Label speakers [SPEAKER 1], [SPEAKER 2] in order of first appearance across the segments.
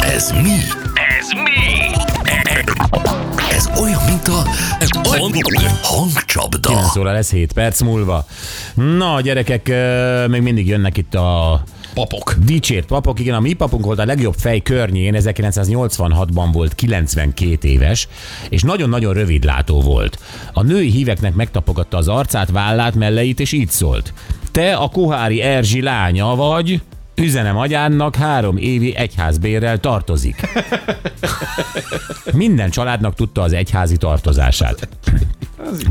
[SPEAKER 1] Ez mi?
[SPEAKER 2] Ez mi?
[SPEAKER 1] Ez olyan, mint a hangcsapda.
[SPEAKER 3] 9 óra lesz 7 perc múlva. Na, gyerekek, ö, még mindig jönnek itt a
[SPEAKER 4] Papok.
[SPEAKER 3] dicsért papok. Igen, a mi papunk volt a legjobb fej környén, 1986-ban volt 92 éves, és nagyon-nagyon rövidlátó volt. A női híveknek megtapogatta az arcát, vállát, melleit, és így szólt. Te a Kohári Erzsi lánya vagy, üzenem agyánnak három évi egyházbérrel tartozik. Minden családnak tudta az egyházi tartozását.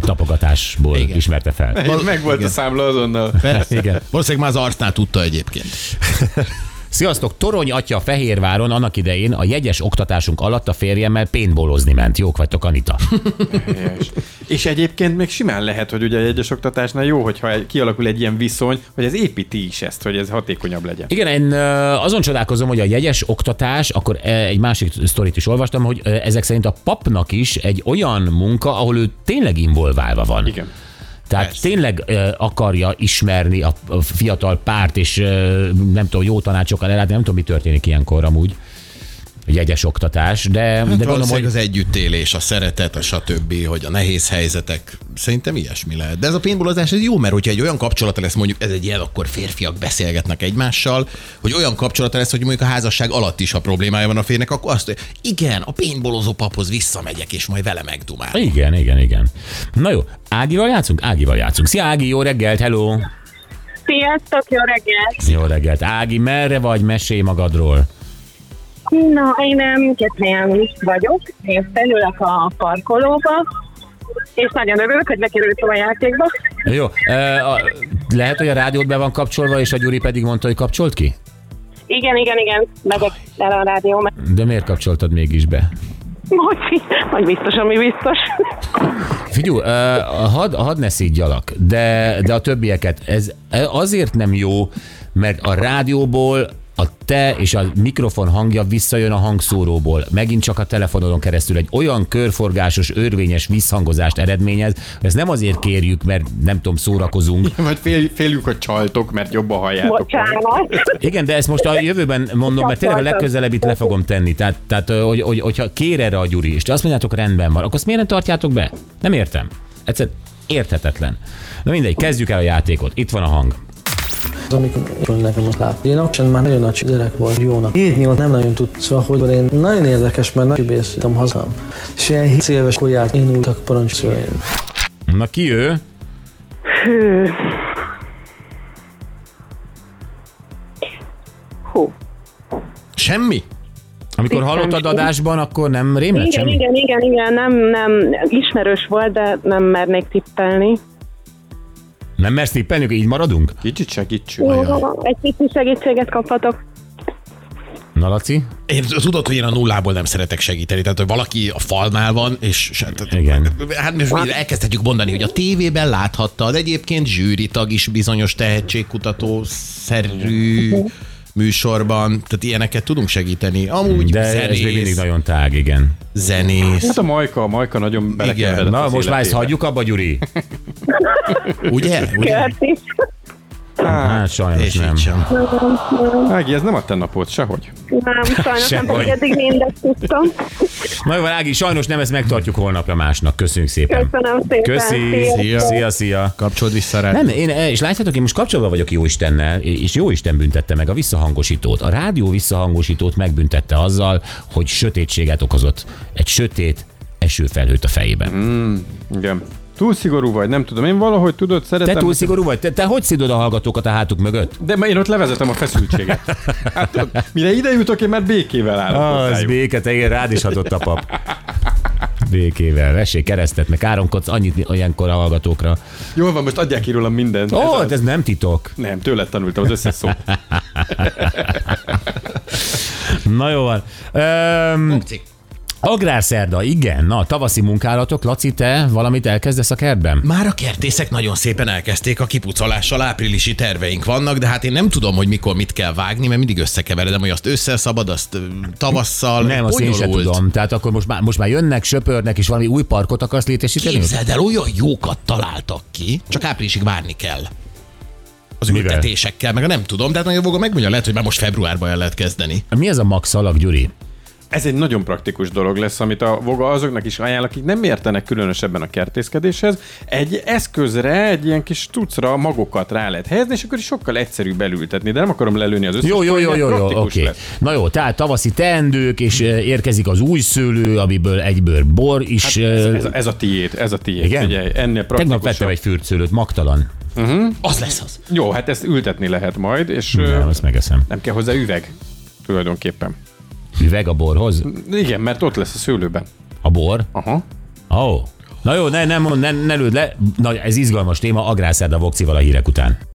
[SPEAKER 3] Tapogatásból Igen. ismerte fel.
[SPEAKER 5] Meg volt a számla azonnal.
[SPEAKER 3] Igen.
[SPEAKER 4] Valószínűleg már az arcnál tudta egyébként.
[SPEAKER 3] Sziasztok, Torony atya Fehérváron annak idején a jegyes oktatásunk alatt a férjemmel pénbolozni ment. Jók vagytok, Anita.
[SPEAKER 5] Helyes. És egyébként még simán lehet, hogy ugye egyes oktatásnál jó, hogyha egy- kialakul egy ilyen viszony, hogy ez építi is ezt, hogy ez hatékonyabb legyen.
[SPEAKER 3] Igen, én ö, azon csodálkozom, hogy a jegyes oktatás, akkor ö, egy másik sztorit is olvastam, hogy ö, ezek szerint a papnak is egy olyan munka, ahol ő tényleg involválva van.
[SPEAKER 5] Igen.
[SPEAKER 3] Tehát Persze. tényleg ö, akarja ismerni a, a fiatal párt, és ö, nem tudom, jó tanácsokkal ellátni, nem tudom, mi történik ilyenkor amúgy. Jegyes oktatás, de, hát de
[SPEAKER 4] De
[SPEAKER 3] gondolom, hogy
[SPEAKER 4] az együttélés, a szeretet, a stb., hogy a nehéz helyzetek, szerintem ilyesmi lehet. De ez a pénzbolozás, ez jó, mert hogyha egy olyan kapcsolata lesz, mondjuk ez egy ilyen, akkor férfiak beszélgetnek egymással, hogy olyan kapcsolata lesz, hogy mondjuk a házasság alatt is, ha problémája van a férnek, akkor azt mondja, igen, a pénzbolozó paphoz visszamegyek, és majd vele megdumál.
[SPEAKER 3] Igen, igen, igen. Na jó, Ágival játszunk? Ágival játszunk. Szia Ági, jó reggelt, hello!
[SPEAKER 6] Sziasztok, jó reggelt!
[SPEAKER 3] Jó reggelt. Ági, merre vagy? Mesélj magadról.
[SPEAKER 6] Na, én nem Kecsnyán vagyok, én felülök a parkolóba, és nagyon örülök, hogy bekerültem a játékba.
[SPEAKER 3] Jó, ö, a- lehet, hogy a rádiót be van kapcsolva, és a Gyuri pedig mondta, hogy kapcsolt ki?
[SPEAKER 6] Igen, igen, igen, megyek el a rádió, mert
[SPEAKER 3] De miért kapcsoltad mégis be?
[SPEAKER 6] bocsi, vagy biztos, ami biztos.
[SPEAKER 3] Figyú, ö, had, had ne szígyalak, de, de a többieket, ez azért nem jó, mert a rádióból a te és a mikrofon hangja visszajön a hangszóróból. Megint csak a telefonodon keresztül egy olyan körforgásos, örvényes visszhangozást eredményez. Ezt nem azért kérjük, mert nem tudom, szórakozunk,
[SPEAKER 5] Vagy fél, féljük, hogy csaltok, mert jobban halljátok.
[SPEAKER 6] Bocsánat.
[SPEAKER 3] Igen, de ezt most a jövőben mondom, mert tényleg a legközelebb itt le fogom tenni. Tehát, tehát ö, hogy, hogy, hogyha kér erre a Gyuri, és te azt mondjátok, rendben van, akkor azt miért nem tartjátok be? Nem értem. Egyszer érthetetlen. Na mindegy, kezdjük el a játékot. Itt van a hang.
[SPEAKER 7] Az, amikor nekem ott lát. Én akkor már nagyon nagy gyerek volt, jónak. Írni ott nem nagyon tudtam, szóval hogy én nagyon érdekes, mert nagy kibészítem hazám. És ilyen 7 éves kolyát én újtak parancsoljon.
[SPEAKER 3] Na ki ő?
[SPEAKER 6] Hű. Hú.
[SPEAKER 4] Semmi?
[SPEAKER 3] Amikor hallottad adásban, akkor nem rémlett
[SPEAKER 6] Igen,
[SPEAKER 3] semmi?
[SPEAKER 6] igen, igen, igen, nem, nem, ismerős volt, de nem mernék tippelni.
[SPEAKER 3] Nem mersz tippelni, így maradunk?
[SPEAKER 5] Kicsit segítsünk.
[SPEAKER 4] Ajaj.
[SPEAKER 6] Egy kicsi segítséget kaphatok.
[SPEAKER 3] Na Laci?
[SPEAKER 4] Én tudod, hogy én a nullából nem szeretek segíteni, tehát hogy valaki a falnál van, és se- tehát-
[SPEAKER 3] Igen.
[SPEAKER 4] Hát most mi elkezdhetjük mondani, hogy a tévében láthattad, egyébként zsűritag is bizonyos tehetségkutató szerű műsorban, tehát ilyeneket tudunk segíteni. Amúgy
[SPEAKER 3] De
[SPEAKER 4] De
[SPEAKER 3] ez még mindig
[SPEAKER 4] zenész,
[SPEAKER 3] nagyon tág, igen.
[SPEAKER 4] zenész,
[SPEAKER 5] Hát a Majka, a Majka nagyon belekeveredett
[SPEAKER 3] Na
[SPEAKER 5] az
[SPEAKER 3] most már ezt
[SPEAKER 5] életébe.
[SPEAKER 3] hagyjuk abba, Gyuri?
[SPEAKER 4] ugye? ugye?
[SPEAKER 6] Köszi.
[SPEAKER 3] Hát sajnos
[SPEAKER 4] És
[SPEAKER 3] nem.
[SPEAKER 4] így sem.
[SPEAKER 5] Ági, ez nem a te napod, sehogy.
[SPEAKER 6] Nem, sajnos
[SPEAKER 3] Sem
[SPEAKER 6] nem, pedig
[SPEAKER 3] baj.
[SPEAKER 6] eddig mindezt tudtam.
[SPEAKER 3] Na jó, van, Ági, sajnos nem ezt megtartjuk holnapra másnak. Köszönjük szépen.
[SPEAKER 6] Köszönöm szépen.
[SPEAKER 3] Köszi.
[SPEAKER 6] Sziasztok.
[SPEAKER 3] Szia, szia. szia.
[SPEAKER 4] Kapcsold vissza rá.
[SPEAKER 3] Nem, én, eh, és látjátok, én most kapcsolatban vagyok Jóistennel, és Jóisten büntette meg a visszahangosítót. A rádió visszahangosítót megbüntette azzal, hogy sötétséget okozott. Egy sötét esőfelhőt a fejében. Mm,
[SPEAKER 5] Igen. Túl szigorú vagy, nem tudom. Én valahogy tudod,
[SPEAKER 3] te
[SPEAKER 5] szeretem.
[SPEAKER 3] túl szigorú vagy? Te, te hogy szidod a hallgatókat a hátuk mögött?
[SPEAKER 5] De ma én ott levezetem a feszültséget. Hát, tudod, mire ide jutok, én már békével állok Hát hozzájuk.
[SPEAKER 3] béke, te igen, rád is hatott a pap. Békével, vessék keresztet, meg káromkodsz annyit olyankor a hallgatókra.
[SPEAKER 5] Jól van, most adják ki rólam mindent.
[SPEAKER 3] Ó,
[SPEAKER 5] Ez
[SPEAKER 3] oh,
[SPEAKER 5] az.
[SPEAKER 3] ez nem titok.
[SPEAKER 5] Nem, tőled tanultam az összes szót.
[SPEAKER 3] Na jó van. Öm, agrárszerda, igen. Na, tavaszi munkálatok. Laci, te valamit elkezdesz a kertben?
[SPEAKER 4] Már a kertészek nagyon szépen elkezdték a kipucolással, áprilisi terveink vannak, de hát én nem tudom, hogy mikor mit kell vágni, mert mindig összekeveredem, hogy azt ősszel szabad, azt ö, tavasszal.
[SPEAKER 3] Nem, azt én sem
[SPEAKER 4] bonyolult.
[SPEAKER 3] tudom. Tehát akkor most már, most már jönnek, söpörnek, és valami új parkot akarsz létesíteni?
[SPEAKER 4] Képzeld el, olyan jókat találtak ki, csak áprilisig várni kell. az
[SPEAKER 3] Mivel?
[SPEAKER 4] ültetésekkel, meg a nem tudom, de hát nagyobb megmondja, lehet, hogy már most februárban el lehet kezdeni.
[SPEAKER 3] Mi ez a max alag, Gyuri?
[SPEAKER 5] Ez egy nagyon praktikus dolog lesz, amit a Voga azoknak is ajánl, akik nem értenek különösebben a kertészkedéshez. Egy eszközre, egy ilyen kis tucra magokat rá lehet helyezni, és akkor is sokkal egyszerűbb belültetni, de nem akarom lelőni az összes.
[SPEAKER 3] Jó, jó, jó, jó, jó,
[SPEAKER 5] praktikus
[SPEAKER 3] oké.
[SPEAKER 5] lesz.
[SPEAKER 3] Na jó, tehát tavaszi teendők, és ö, érkezik az új szőlő, amiből egyből bor is. Hát,
[SPEAKER 5] Ez, ez, ez, a tiéd, ez a tiéd.
[SPEAKER 3] Igen?
[SPEAKER 5] Figyelj, ennél
[SPEAKER 3] Tegnap vettem
[SPEAKER 5] praktikusabb.
[SPEAKER 3] egy fürdszőlőt, magtalan.
[SPEAKER 4] Az lesz az.
[SPEAKER 5] Jó, hát ezt ültetni lehet majd, és
[SPEAKER 3] Nem,
[SPEAKER 5] nem,
[SPEAKER 3] azt megeszem.
[SPEAKER 5] nem kell hozzá üveg tulajdonképpen.
[SPEAKER 3] Üveg a borhoz?
[SPEAKER 5] Igen, mert ott lesz a szőlőben.
[SPEAKER 3] A bor?
[SPEAKER 5] Aha.
[SPEAKER 3] Ó. Oh. Na jó, ne, nem, ne, ne lőd le. Na, ez izgalmas téma, agrárszerda Vokcival a hírek után.